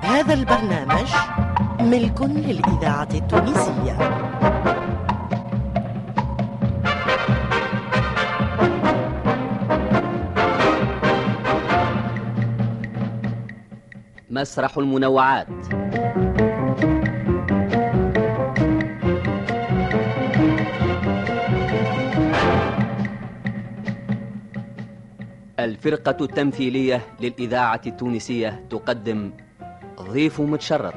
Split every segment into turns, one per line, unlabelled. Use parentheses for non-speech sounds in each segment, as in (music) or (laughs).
هذا البرنامج ملك للإذاعة التونسية
مسرح المنوعات الفرقة التمثيلية للإذاعة التونسية تقدم ضيف متشرط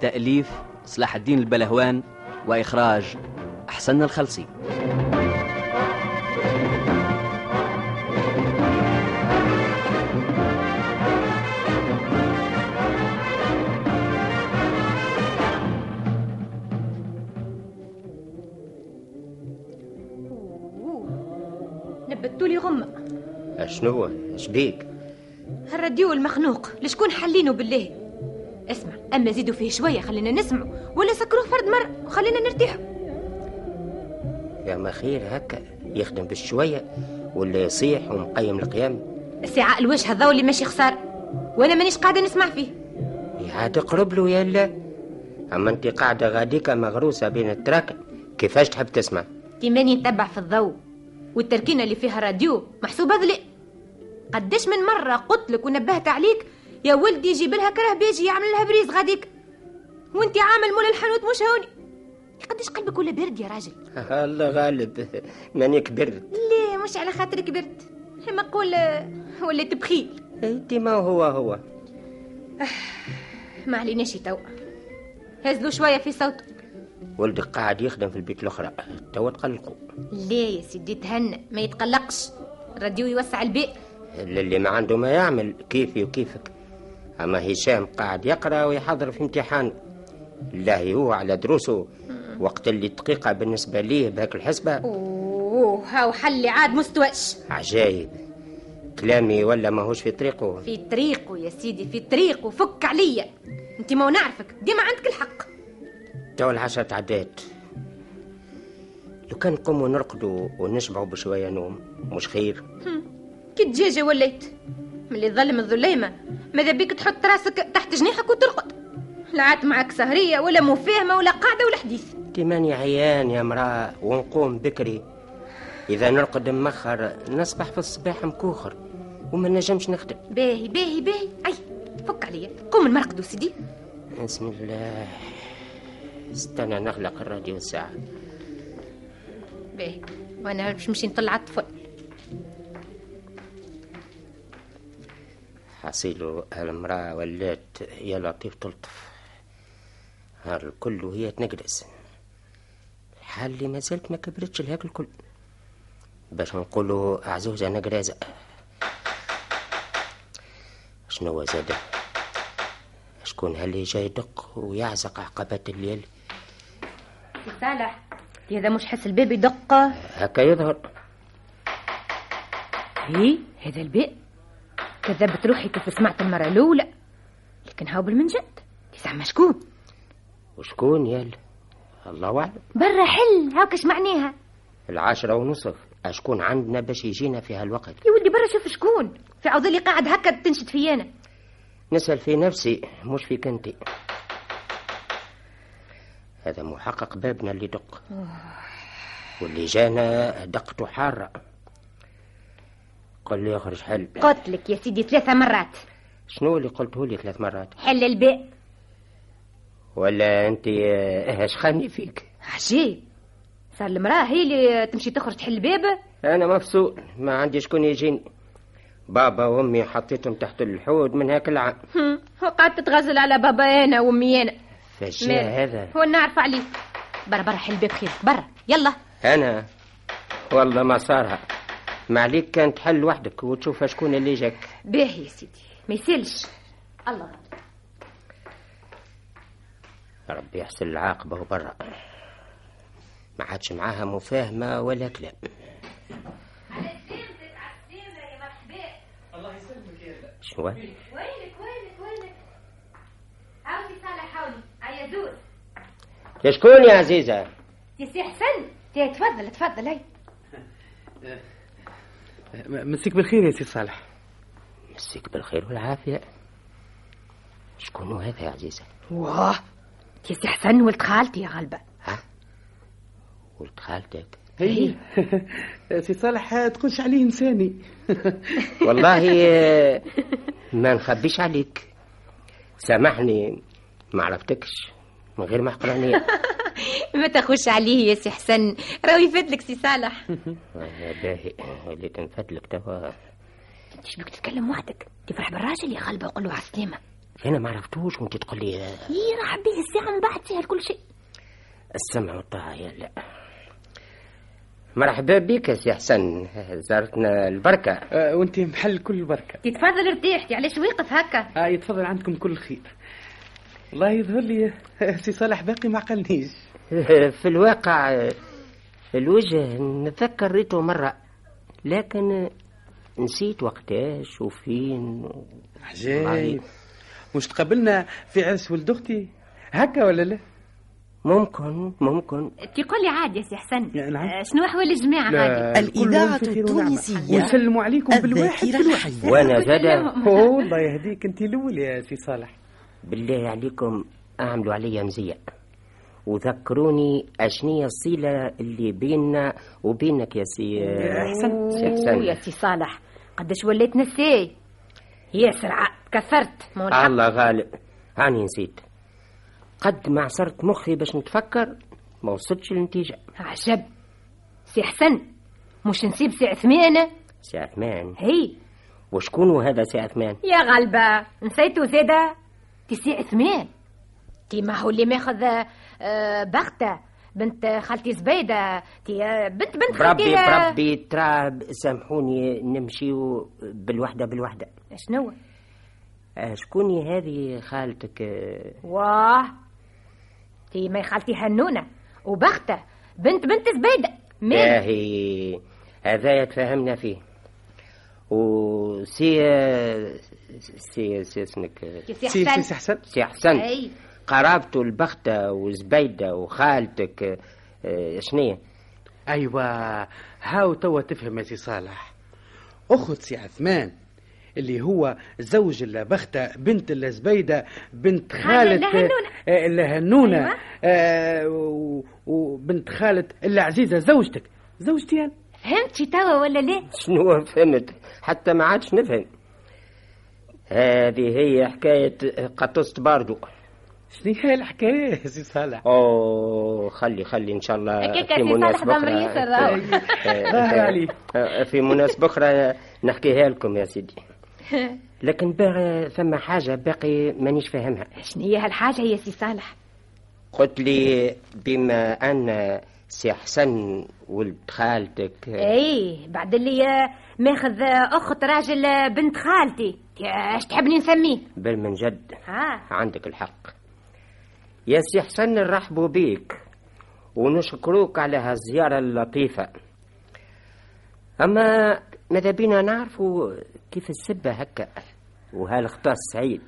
تأليف صلاح الدين البلهوان وإخراج أحسن الخلصي
نبتوا لي غمة
شنو شبيك
هالراديو المخنوق لشكون حلينه بالله اسمع اما زيدوا فيه شويه خلينا نسمعوا ولا سكروه فرد مر وخلينا نرتاحوا
يا ما خير هكا يخدم بالشوية ولا يصيح ومقيم القيام
الساعه الوجه هذا اللي ماشي خسار وانا مانيش قاعده نسمع فيه
عاد قرب له يلا اما انت قاعدة غاديكا مغروسة بين التراكن كيفاش تحب تسمع (laughs)
كيماني نتبع في الضوء والتركينه اللي فيها راديو محسوبه ذلي قداش من مره قلت لك ونبهت عليك يا ولدي جيب لها كره بيجي يعمل لها بريز غاديك وانت عامل مول الحانوت مش هوني قداش قلبك ولا برد يا راجل
الله غالب ماني كبرت
ليه مش على خاطر كبرت كما قول وليت بخيل
انت ما إيه، هو هو
ما عليناش تو هزلوا شويه في صوته
ولدك قاعد يخدم في البيت الاخرى توا تقلقوا
ليه يا سيدي تهنى ما يتقلقش الراديو يوسع البيت
اللي ما عنده ما يعمل كيفي وكيفك اما هشام قاعد يقرا ويحضر في امتحان لا هو على دروسه وقت اللي دقيقة بالنسبة ليه بهاك الحسبة
اوه هاو حلي عاد مستواش
عجايب كلامي ولا ماهوش في طريقه
في طريقه يا سيدي في طريقه فك عليا انت ما نعرفك ديما عندك الحق
تو العشرة تعدات لو كان نقوموا نرقدوا ونشبعوا بشوية نوم مش خير
كي دجاجه وليت ملي ظلم الظليمه ماذا بيك تحط راسك تحت جناحك وترقد لا عاد معك سهريه ولا مفاهمه ولا قاعده ولا حديث
انت ماني عيان يا مرأة ونقوم بكري إذا نرقد مخر نصبح في الصباح مكوخر وما نجمش نخدم
باهي باهي باهي اي فك عليا قوم المرقد سيدي
بسم الله استنى نغلق الراديو ساعة
باهي وانا باش نمشي نطلع على الطفل
حصيلو المرأة ولات يا لطيف تلطف نهار الكل وهي تنقدس الحال اللي ما زلت ما كبرتش لهاك الكل باش نقولوا عزوزة نقرازة شنو هو زاد شكون هاللي جاي يدق ويعزق عقبات الليل
صالح هذا مش حس الباب يدق
هكا يظهر
هي إيه، هذا الباب كذبت روحي كيف سمعت المرة الأولى لكن هاو بالمنجد زعما شكون
وشكون يال الله أعلم
برا حل هاك اش معناها
العاشرة ونصف أشكون عندنا باش يجينا في هالوقت
يا ولدي برا شوف شكون في عوضلي قاعد هكا تنشد فيانا
نسأل في نفسي مش فيك أنت هذا محقق بابنا اللي دق واللي جانا دقته حارة قل لي اخرج حل
قلت لك يا سيدي ثلاثة مرات
شنو اللي قلته لي ثلاث مرات
حل الباب
ولا انت آه، اش خاني فيك
عجيب صار المرأة هي اللي تمشي تخرج تحل الباب
انا مفصول ما عندي شكون يجيني بابا وامي حطيتهم تحت الحوض من هاك العام
هم، وقعدت تتغزل على بابا انا وامي انا مال؟
فجاه هذا
هو نعرف عليه برا برا حل الباب خير برا يلا
انا والله ما صارها ما عليك كان تحل وحدك وتشوف شكون اللي جاك
باهي يا سيدي ما يسالش الله
ربي يحسن العاقبة وبرا ما عادش معاها مفاهمة ولا كلام شو
وينك وينك وينك عاودي صالح حولي هيا زوز
يا شكون يا عزيزة
يا سي حسن تفضل تفضل هي
مسيك بالخير يا سي صالح
مسيك بالخير والعافية شكون هو هذا يا عزيزة
واه يا سي حسن ولد خالتي يا غلبة
ها ولد خالتك
هي أه، سي صالح تقولش عليه انساني
والله آه، ما نخبيش عليك سامحني ما عرفتكش من غير ما عقلانية
ما تخش عليه يا سي حسن راهو يفدلك سي صالح
يا باهي لكن فاتلك توا
انت شبيك تتكلم وحدك تفرح بالراجل يا غلبة وقول له على السلامة
انا ما عرفتوش وانت تقول لي آه،
هي راح بيه الساعة من بعد سهل كل شيء
السمع والطاعة يا لا مرحبا بك يا سي حسن زارتنا البركة
آه، وانت محل كل بركه
تتفضل ارتحتي علاش واقف هكا
آه يتفضل عندكم كل خير والله يظهر لي آه، سي صالح باقي ما عقلنيش
(laughs) في الواقع الوجه نتذكر ريته مرة لكن نسيت وقتاش وفين
عجيب مش تقابلنا في عرس ولد اختي هكا ولا لا
ممكن ممكن
تقول لي عادي يا سي حسن
يا نعم.
آه، شنو احوال الجماعة عادي
الإذاعة
كل في خير ونعمة.
التونسية
ونسلموا عليكم بالواحد
الذاكرة
في الواحد
الحية
وانا زاد
أوه، الله يهديك انت الاول يا سي صالح
بالله عليكم اعملوا عليا مزية وذكروني اشنية الصلة اللي بيننا وبينك يا سي
أحسنت.
سي
أوه، يا
حسن
سي صالح قداش وليت نساي ياسر ع- كثرت ما هو الحق.
الله غالب هاني نسيت قد ما عصرت مخي باش نتفكر ما وصلتش للنتيجة
عجب سي حسن مش نسيب سي عثمان
سي عثمان
هي
وشكون هذا سي عثمان
يا غلبة نسيتو زادة تي سي عثمان تي ما هو اللي ماخذ آه، بختة بنت خالتي زبيدة تي آه، بنت بنت
بربي
خالتي آه،
بربي ترى سامحوني نمشيو بالوحدة بالوحدة
شنو
آه، شكون هذه خالتك آه،
واه تي ما خالتي هنونة وبختة بنت بنت زبيدة مين
إيه.
باهي هذا يتفاهمنا فيه وسي آه، سي سي اسمك آه،
يا سي
سي سي سي
حسن
حسن
سي حسن
أي.
قرابته البختة وزبيدة وخالتك آه، آه، شنية
ايوه هاو توا تفهم يا سي صالح اخت سي عثمان اللي هو زوج اللبختة بنت اللزبيدة بنت
خالة
خالة
لهنونة.
آه، لهنونة
أيوة.
آه، و- وبنت خالة العزيزة زوجتك زوجتي أنا
فهمت شي توا ولا لا
(laughs) شنو فهمت حتى ما عادش نفهم هذه هي حكاية قطست باردو
شنو هي الحكاية يا سي
(laughs)
صالح
اوه خلي خلي ان شاء الله
هكاك
في
يا سي
مناسبة
صالح ضمر
أخرى
ياسر راهو.
ظهر عليه.
آه، في مناسبة أخرى نحكيها لكم يا سيدي لكن باغي ثم حاجة باقي مانيش فاهمها
شنو هي هالحاجة يا سي صالح
قلت لي بما أن سي حسن ولد خالتك
إيه.
آه،
ايه بعد اللي آه، ماخذ آه، اخت راجل آه، بنت خالتي يا، اش تحبني نسميه
بل من جد
ها
عندك الحق يا سي حسن نرحبوا بيك ونشكروك على هالزيارة اللطيفة أما ماذا بينا نعرفوا كيف السبة هكا وهالخطا السعيد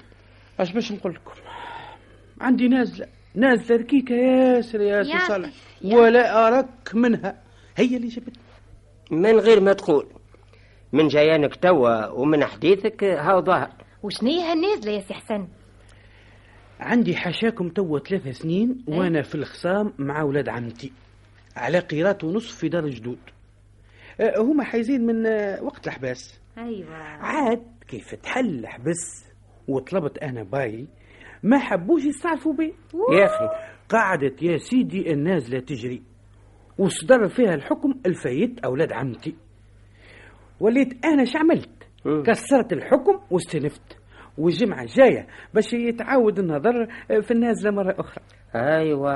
اش باش نقول لكم عندي نازلة نازلة ركيكة ياسر يا سي
يا-
صالح ولا أرك منها هي اللي جبتني
من غير ما تقول من جيانك توا ومن حديثك هاو ظاهر
وشنية هالنازلة يا سي حسن
عندي حاشاكم توا ثلاثة سنين وانا في الخصام مع ولاد عمتي على قيراط ونصف في دار الجدود أه، هما حايزين من أه، وقت الحباس
ايوه
عاد كيف تحل الحبس وطلبت انا باي ما حبوش يستعرفوا بي
يا أخي
قعدت يا سيدي النازلة تجري وصدر فيها الحكم الفايت أولاد عمتي وليت أنا شعملت
مم.
كسرت الحكم واستنفت والجمعة الجاية باش يتعاود النظر آه، في النازلة مرة أخرى
أيوا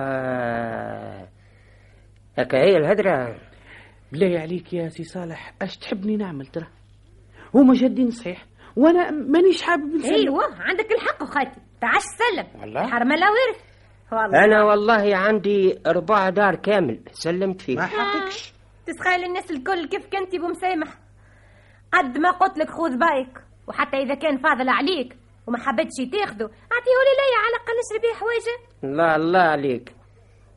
هكا أيوة. هي الهدرة
بالله عليك يا سي صالح أش تحبني نعمل ترى هما جادين صحيح وأنا مانيش حابب نسلم.
ايوه عندك الحق خالتي تعش سلم
والله؟
حرمة لا ورث والله
أنا والله عندي ربع دار كامل سلمت فيه
ما حقكش
تتخيل الناس الكل كيف كنتي بمسامح قد ما قلت لك خذ بايك وحتى اذا كان فاضل عليك وما حبيتش تاخذه اعطيه لي على الاقل اشري بيه حوايجه
الله الله عليك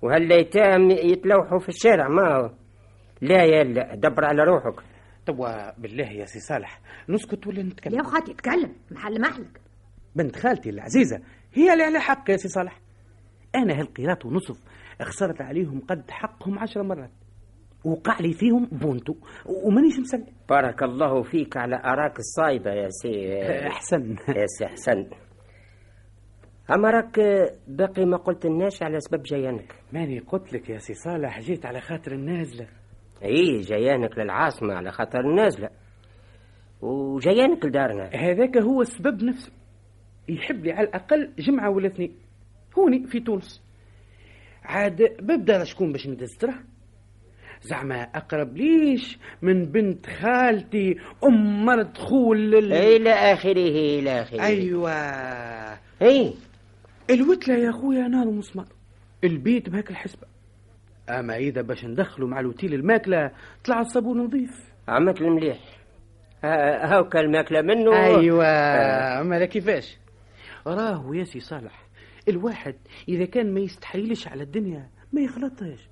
وهالأيتام يتلوحوا في الشارع ما هو لا يا لا دبر على روحك
توا بالله يا سي صالح نسكت ولا نتكلم
يا خاطي تكلم محل محلك
بنت خالتي العزيزة هي اللي على حق يا سي صالح أنا هالقيراط ونصف خسرت عليهم قد حقهم عشر مرات وقع لي فيهم بونتو ومانيش مسلم
بارك الله فيك على أراك الصايبة يا سي
آه. أحسن
يا سي حسن أما راك باقي ما قلت الناس على سبب جيانك
(laughs) ماني قلت لك يا سي صالح جيت على خاطر النازلة
اي جيانك للعاصمة على خاطر النازلة وجيانك لدارنا
هذاك هو السبب نفسه يحب لي على الأقل جمعة ولا اثنين هوني في تونس عاد ببدا أنا شكون باش ندز تراه زعما أقرب ليش من بنت خالتي أم مرت خول ال-
إلى آخره إلى آخره
أيوه.
أي
أيوة الوتلة يا أخويا نار ومسمار البيت بهاك الحسبة أما إذا باش ندخلوا مع الوتيل الماكلة طلع الصابون نظيف
عملت المليح ها- هاوكا الماكلة منه
أيوه.
ايوه ما كيفاش راهو يا سي صالح الواحد اذا كان ما يستحيلش على الدنيا ما يخلطهاش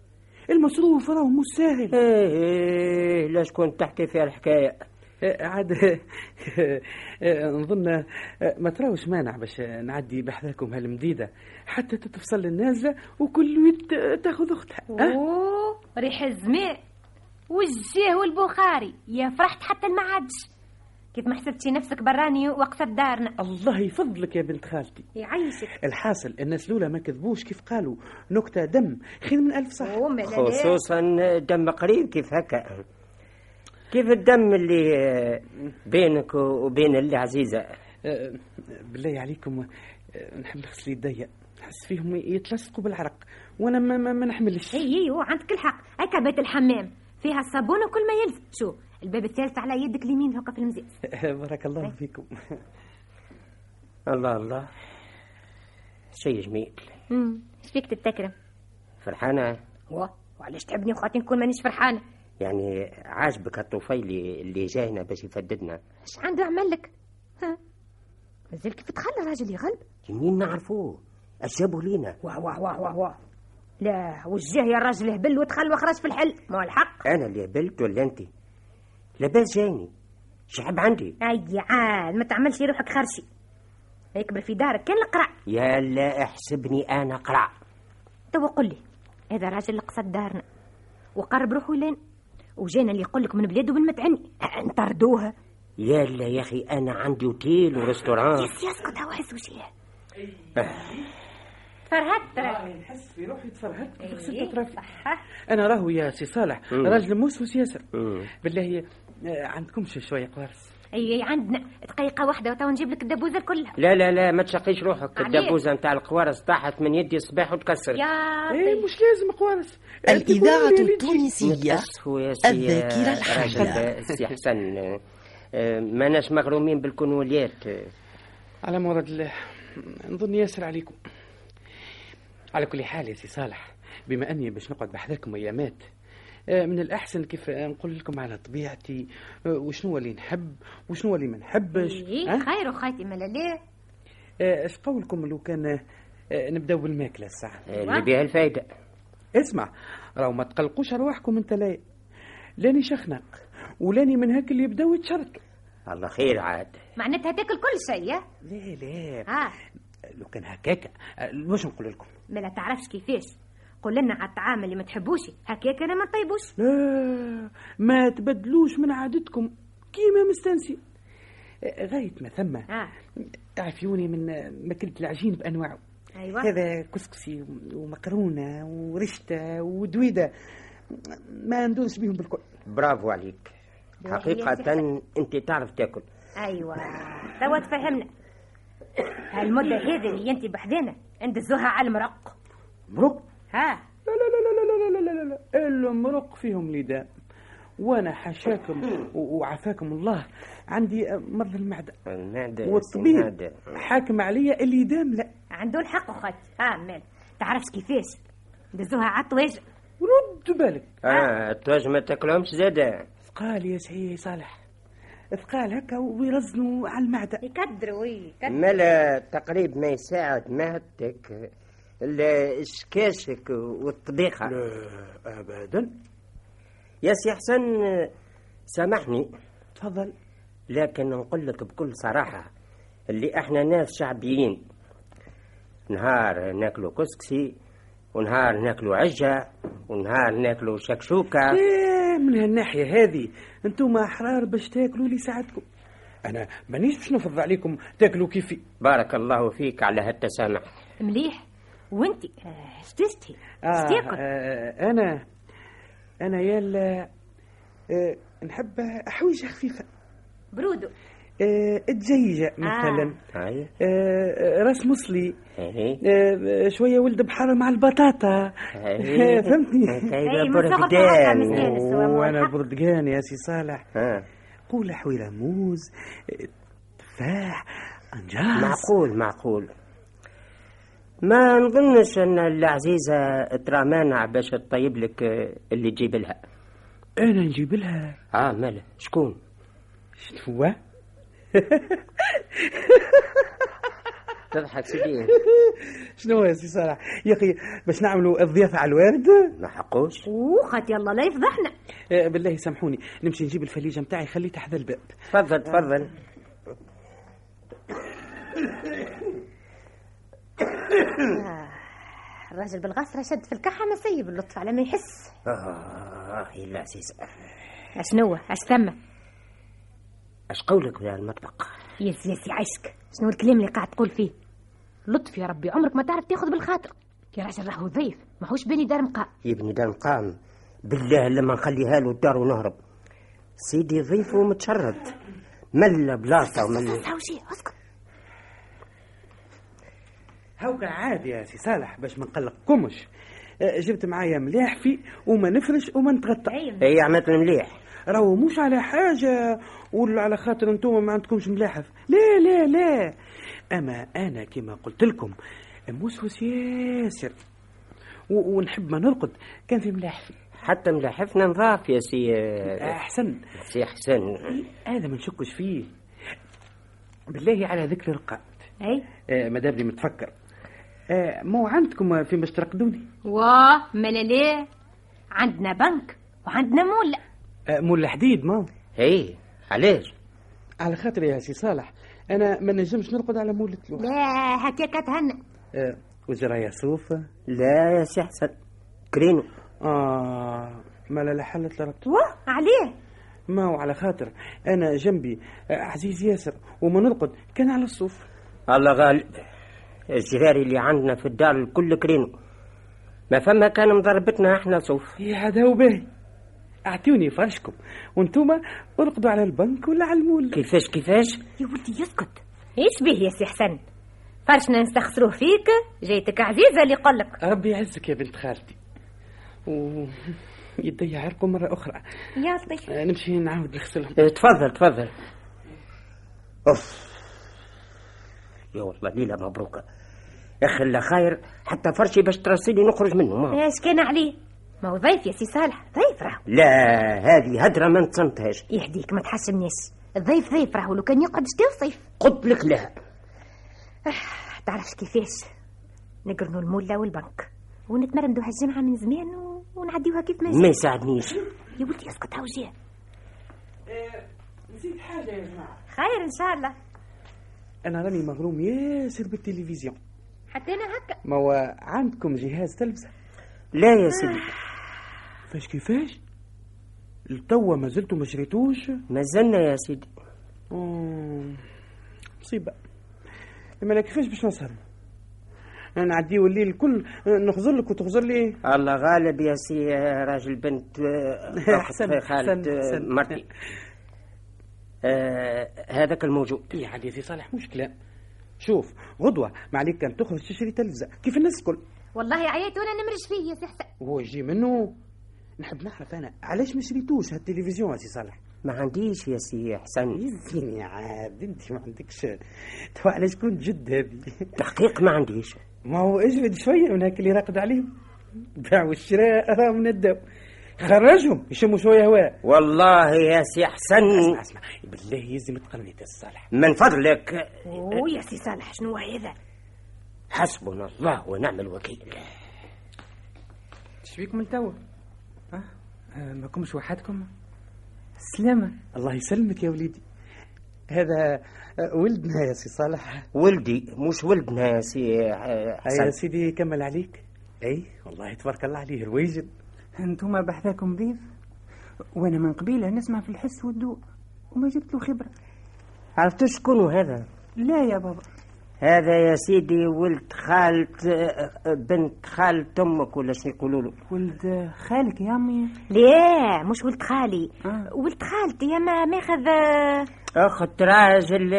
المصروف راهو مش ساهل
إيه إيه لا شكون تحكي فيها الحكاية
آه، عاد (laughs) آه، نظن آه، ما تراوش مانع باش نعدي بحذاكم هالمديده حتى تتفصل النازله وكل ويت تاخذ اختها أه؟
اوه ريح الزماء والجاه والبخاري يا فرحت حتى ما عادش كيف ما حسبتي نفسك براني واقفه بدارنا
الله يفضلك يا بنت خالتي
يعيشك
الحاصل الناس الاولى ما كذبوش كيف قالوا نكته دم خير من الف صح
أوه، مالا لا.
خصوصا دم قريب كيف هكا كيف الدم اللي بينك وبين اللي عزيزة
آه، بالله عليكم آه، نحب نغسل يدي نحس فيهم يتلصقوا بالعرق وانا ما, ما, ما نحملش
اي اي أوه، عندك الحق هكا بيت الحمام فيها الصابون وكل ما يلزم شو الباب الثالث على يدك اليمين هكا في المزيز
(laughs) بارك الله فيكم
الله الله شيء جميل
امم ايش فيك تتكرم
فرحانة
واه وعلاش تحبني وخاطي نكون مانيش فرحانه
يعني عاجبك الطفيلي اللي جاينا باش يفددنا
ايش عنده عمل لك ها مازال كيف تخلى راجل يغلب
منين نعرفوه أجابوا لينا
واه واه واه واه واه لا وجه يا راجل هبل ودخل وخرج في الحل ما هو الحق
أنا اللي قبلت ولا أنت لاباس جايني شعب عندي
اي عاد ما تعملش روحك خرشي يكبر في دارك كان القرع
يا لا احسبني أنا قرع
توا قل لي هذا راجل اللي قصد دارنا وقرب روحه لين وجانا اللي يقول لك من بلاده بالمتعني انطردوها
يا لا يا أخي أنا عندي اوتيل وريستوران
يس يسكت هو حس وجهه فرهدت ترى
نحس في روحي تفرهدت كيف
إيه،
غسلت اطرافي
صحة.
انا راهو يا سي صالح راجل موسوس ياسر
مم.
بالله آه، عندكمش شويه قوارص
اي أي، عندنا دقيقه واحده وتوا نجيب لك الدبوزه كلها
لا لا لا ما تشقيش روحك
عليه.
الدبوزه نتاع القوارص طاحت من يدي الصباح وتكسرت
يا
ايه مش لازم قوارص
الإذاعة التونسية
نتأسفوا يا سي
الذاكرة
راجل،
الحية
سي حسن آه، ما ناس مغرومين بالكونوليات آه،
على مرض الله نظن ياسر عليكم على كل حال يا سي صالح بما اني باش نقعد بحذركم ايامات آه، من الاحسن كيف آه، نقول لكم على طبيعتي آه، وشنو اللي نحب وشنو اللي ما نحبش
إيه،
ها؟
خير وخاتي ملا ليه
آه، اش قولكم لو كان آه، نبداو بالماكله الساعه
اللي بها الفايده
اسمع راهو ما تقلقوش ارواحكم انت لا لاني شخنق ولاني من هاك اللي يبداو يتشركوا
الله خير عاد
معناتها تاكل كل شيء يا؟
لا لا
اه
لو كان هكاك آه، واش نقول لكم
ما لا تعرفش كيفاش قول لنا على الطعام اللي ما تحبوش هكاك انا ما نطيبوش
لا ما تبدلوش من عادتكم كيما مستنسي غاية ما ثم
اه
تعفيوني من ماكلة العجين بأنواعه
أيوة.
هذا كسكسي ومكرونة ورشتة ودويدة ما ندوس بيهم بالكل
برافو عليك
يا
حقيقة أنت تعرف تاكل
ايوه توا تفهمنا هالمده هذه اللي انت بحذانا ندزوها على المرق
مرق
ها
لا لا لا لا لا لا لا لا لا لا المرق فيهم لداء وأنا حشاكم و- وعافاكم الله عندي مرض المعدة
المعدة
والطبيب
المعدة.
حاكم عليا اللي دام لا
عنده الحق وخاتي ها مال تعرفش كيفاش ندزوها على الطواجن
رد بالك
آه التواج ما تاكلهمش زادة
ثقال يا سي صالح ثقال هكا ويرزنوا على المعدة
يكدروا يكدروا
ملا تقريب ما يساعد معدتك إلا الشكاشك والطبيخة
أبدا
يا سي حسن آه، سامحني
تفضل
لكن نقول لك بكل صراحة اللي احنا ناس شعبيين نهار ناكلو كسكسي ونهار ناكلو عجة ونهار ناكلو شكشوكة
(laughs) إيه، من هالناحية هذه انتم أحرار باش تاكلوا لي ساعتكم أنا مانيش باش نفرض عليكم تاكلوا كيفي
بارك الله فيك على هالتسامح
مليح آه، وانت اش تشتهي اش
آه
تاكل
آه أنا أنا يلا آه نحب حويجة خفيفة
برودو
آه الدجيجة مثلا (laughs)
هاي
آه آه، راس مصلي
هاي
آه، شويه ولد بحر مع البطاطا
هاي. (laughs)
(laughs) فهمتني
هاي
هاي من صغر
بردان.
صغر مسكين. سوا مع
وانا
الحق.
بردقان يا سي صالح
ها،
قول حويله موز آه، تفاح انجاس
معقول معقول ما نظنش ان العزيزة ترامانع باش تطيب لك آه، اللي تجيب لها
انا نجيب لها
اه ماله شكون
شنو هو؟
تضحك سيدي
شنو هو يا سي صالح يا اخي باش نعملوا الضيافه على الوارد
ما حقوش
وخات يلا لا يفضحنا
آه، بالله سامحوني نمشي نجيب الفليجه متاعي خليتها حدا الباب
تفضل تفضل
الراجل بالغصرة شد في الكحة ما سيب اللطف على ما يحس
آه يا العزيزة
اشنو اش ثم
اش قولك يا المطبخ
يس يس يعيشك شنو الكلام اللي قاعد تقول فيه لطف يا ربي عمرك ما تعرف تاخذ بالخاطر يا راجل راهو ضيف ماهوش بني دار مقا
يا ابني ده قام بالله لما نخليها له الدار ونهرب سيدي ضيف ومتشرد ملا بلاصه وملا
هاوشي اسكت
هاوكا عادي يا سي صالح باش ما نقلقكمش آه، جبت معايا ملاحفي وما نفرش وما نتغطى
هي عملت مليح
راهو مش على حاجة ولا على خاطر انتم ما عندكمش ملاحف لا لا لا أما أنا كما قلت لكم موسوس ياسر و- ونحب ما نرقد كان في ملاحفي
حتى ملاحفنا نظاف يا سي
أحسن
سي حسن
هذا ما نشكش فيه بالله على ذكر الرقاد
اي
آه مدابني متفكر آه مو عندكم في باش ترقدوني
واه ملا ليه عندنا بنك وعندنا مول
آه مول الحديد ما
هي علاش
على خاطر يا سي صالح أنا ما نجمش نرقد على مول التلوح
لا هكاك تهنى
آه وزرايا صوفة
لا يا سي حسن كرينو
آه ما لا لا حل تلرقت
واه عليه
ما هو على خاطر أنا جنبي آه، عزيز ياسر وما نرقد كان على الصوف
الله غالب الجراري اللي عندنا في الدار الكل كرينو ما فما كان مضربتنا احنا صوف
يا عدا وباهي أعطوني فرشكم وانتوما ارقدوا على البنك ولا على المول
كيفاش كيفاش
يا ولدي يسكت ايش به يا سي حسن فرشنا نستخسروه فيك جيتك عزيزه اللي قلك
ربي يعزك يا بنت خالتي و (laughs) يدي عرقوا مرة أخرى
يا لطيف
آه، نمشي نعاود نغسلهم
اه، تفضل تفضل اوف يا والله ليلة مبروكة يا اخي الله خير حتى فرشي باش ترسيني نخرج منه ما.
ايش كان عليه ما هو ضيف يا سي صالح ضيف راهو
لا هذه هدرة ما نتصنتهاش
يهديك ما تحشمنيش الضيف ضيف راهو لو كان يقعد شتي وصيف
قلت لك لها
تعرفش كيفاش نقرنوا المولة والبنك ونتمرمدوا هالجمعة من زمان و... ونعديوها كيف ما جاء
ما يساعدنيش
يا ولدي اسكت هاو جاء
نسيت حاجة يا جماعة
خير ان شاء الله
أنا راني مغروم ياسر بالتلفزيون
حتى انا هكا
ما هو عندكم جهاز تلفزة
لا يا سيدي
فاش كيفاش التوا ما زلتوا ما شريتوش
مازلنا يا سيدي
مم. مصيبة لما انا كيفاش باش نسهر انا نعديو الليل الكل نخزر لك وتخزر لي إيه؟
الله غالب يا سي اه، راجل بنت اه، أخت
(laughs) أحسن،
خالد
أحسن،
اه،
أحسن.
مرتي آه هذاك الموجود
يا عاد يا سي صالح مشكلة شوف غدوة ما عليك كان تخرج تشري تلفزة كيف الناس الكل
والله عييت وانا نمرش فيه يا سي حسن
هو يجي منه نحب نعرف انا علاش ما شريتوش هالتلفزيون يا سي صالح
ما عنديش يا سي
إيه.
حسن
يزين يا عاد انت ما عندكش توا على شكون جد هذه
تحقيق ما عنديش
(laughs) ما هو اجلد شويه من هاك اللي راقد عليهم البيع والشراء راه من الدو خرجهم يشموا شويه هواء
والله يا سي حسن
اسمع اسمع بالله يلزم تقرني يا صالح
من فضلك
اوه يا سي صالح شنو هذا
حسبنا الله ونعم الوكيل
ايش فيكم من توا؟ ها؟
آه،
ما كمش وحدكم سلامة الله يسلمك يا وليدي هذا آه، ولدنا يا سي صالح
ولدي مش ولدنا يا سي آه،
يا
أيوة
حسن
سيدي كمل عليك اي والله تبارك الله عليه رواجد
انتم بحثاكم ضيف وانا من قبيله نسمع في الحس والذوق وما جبت له خبره
عرفت شكون هذا
لا يا بابا
هذا يا سيدي ولد خالت بنت خالة امك ولا شنو يقولوا له
ولد خالك يا امي
لا مش ولد خالي
آه.
ولد خالتي اما ماخذ
اخت راجل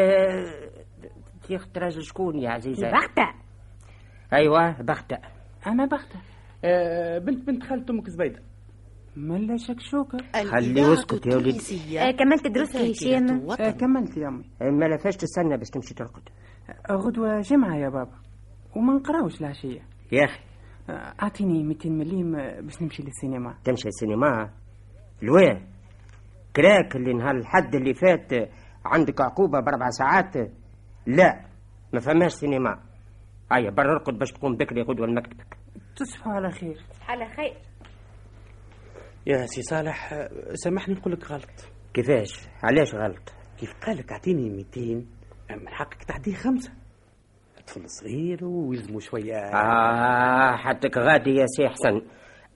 يا اخت راجل شكون يا عزيزه
بغتة
ايوه بختة
انا بختة
آه بنت بنت خالة امك زبيده
ملا شكشوكة
خليه يسكت يا ولدي.
آه، كملت دروسك يا هشام
آه كملت يا امي
ما لفاش تستنى باش تمشي ترقد
آه، غدوة جمعة يا بابا وما نقراوش العشية
يا اخي
آه، اعطيني 200 مليم آه، باش نمشي للسينما
تمشي السينما لوين كراك اللي نهار الحد اللي فات عندك عقوبه باربع ساعات لا ما فماش سينما ايا برا ارقد باش تقوم بكري غدوه لمكتبك
تصبحوا على خير
على خير
يا سي صالح آه، سامحني نقول لك غلط
كيفاش علاش غلط
كيف قالك اعطيني 200 من حقك تعطيه خمسه طفل صغير ويلزموا شويه
آه.
اه حدك غادي يا سي حسن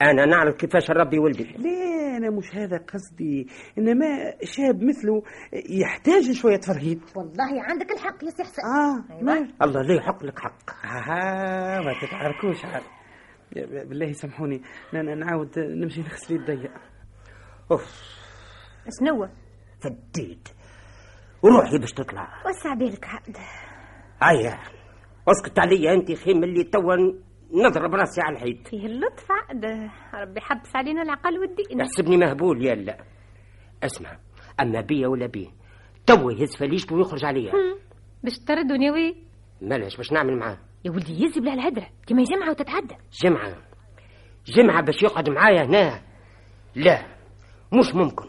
انا نعرف كيفاش ربي ولدي
لا انا مش هذا قصدي انما شاب مثله يحتاج شويه تفرهيد
والله عندك الحق يا سي حسن
أيوة.
اه ما
الله لا يحق لك حق
آه ما تتعاركوش عاد يا ب- بالله سامحوني ن- ن- نعاود نمشي نغسل يدي
اوف
شنو
فديت وروحي باش تطلع
وسع بالك عبد
هيا اسكت عليا انت خيم اللي توا نضرب راسي على الحيط
فيه اللطف عبد ربي حبس علينا العقل والدين
يحسبني مهبول يا لا اسمع اما بيا ولا بيه تو يهز فليشته ويخرج عليا
باش ترد وناوي
مالهش باش نعمل معاه
يا ولدي يزي بلا الهدرة كما جمعة وتتعدى
جمعه جمعه باش يقعد معايا هنا لا مش ممكن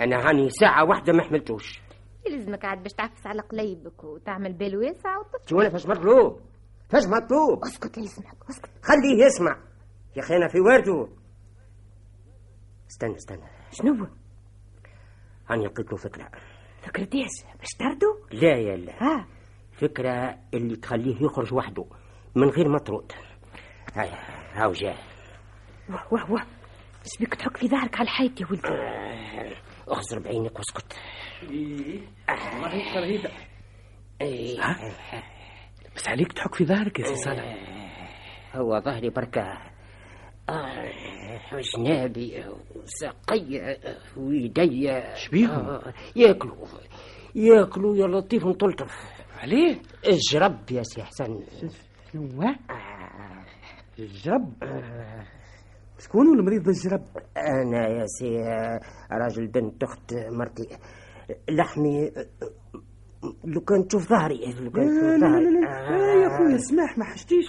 انا هاني ساعه واحده ما حملتوش
يلزمك عاد باش تعفس على قليبك وتعمل بال واسع وتطلع
شو انا فاش مطلوب فاش مطلوب
اسكت يلزمك اسكت
خليه يسمع يا اخي انا في وارده استنى استنى
شنو
هاني لقيت له فكره
فكرة ايش باش تردوا
لا يا لا
ها
فكرة اللي تخليه يخرج وحده من غير ما ترد هاي هاو جاء
واه واه واه اش بيك تحك في ظهرك على الحيط يا ولدي
آه، اخزر بعينك واسكت
والله تفرهيد
إيه،
بس عليك تحك في ظهرك يا سي صالح
هو ظهري بركة آه، وجنابي وساقي ويدي شبيهم ياكلوا ياكلوا يا لطيف مطلطف
عليه
اجرب يا سي حسن
شنو الجرب شكون المريض الجرب
انا يا سي راجل بنت اخت مرتي لحمي لو كان تشوف ظهري لو كان تشوف ظهري
لا آه، يا خويا سماح ما حشتيش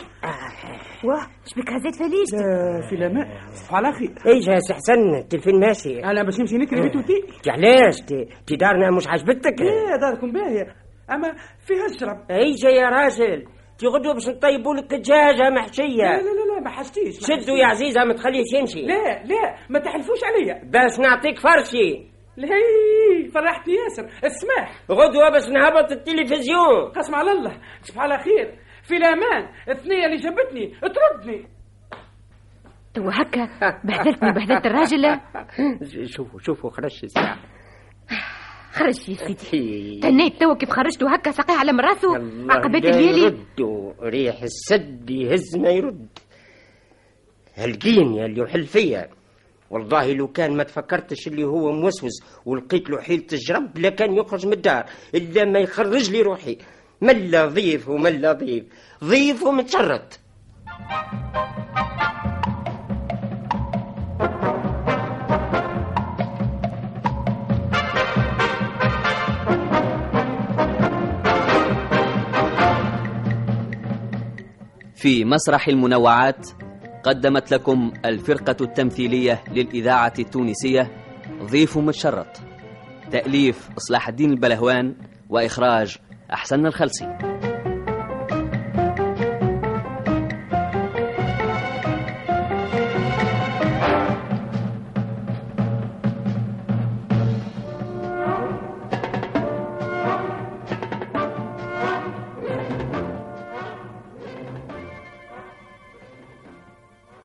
واه اش بيك هزيت فليش
آه، في الماء صبح على خير
ايش يا سي حسن التلفين ماشي
انا باش نمشي نكري بيت وتي
يا إيه. علاش تي- تي دارنا مش عجبتك
لا داركم باهيه اما فيها الشرب
ايش يا راجل تي غدوه باش نطيبوا لك دجاجه
لا
محشيه
لا لا ما حشتيش ما
شدوا يا عزيزه ما تخليش يمشي
لا لا ما تحلفوش عليا
باش نعطيك فرشي
لهي فرحتني ياسر السماح
غدوه باش نهبط التلفزيون
قسم على الله تصبح على خير في الامان الثنيه اللي جبتني تردني
تو هكا بهدلتني بهدلت الراجل
(laughs) شوفوا شوفوا
(sighs)
خرش الساعه
خرج يا
إيه.
سيدي تنيت تو كيف خرجته هكا ساقيه على مراسه عقبات
لا
الليالي
يردوا ريح السد يهز ما يرد هلقيني اللي يحل فيا والله لو كان ما تفكرتش اللي هو موسوس ولقيت له حيلة الجرب لا كان يخرج من الدار إلا ما يخرج لي روحي ملا ضيف وملا ضيف ضيف ومتشرط
في مسرح المنوعات قدمت لكم الفرقة التمثيلية للإذاعة التونسية ضيف متشرط تأليف إصلاح الدين البلهوان وإخراج أحسن الخلسي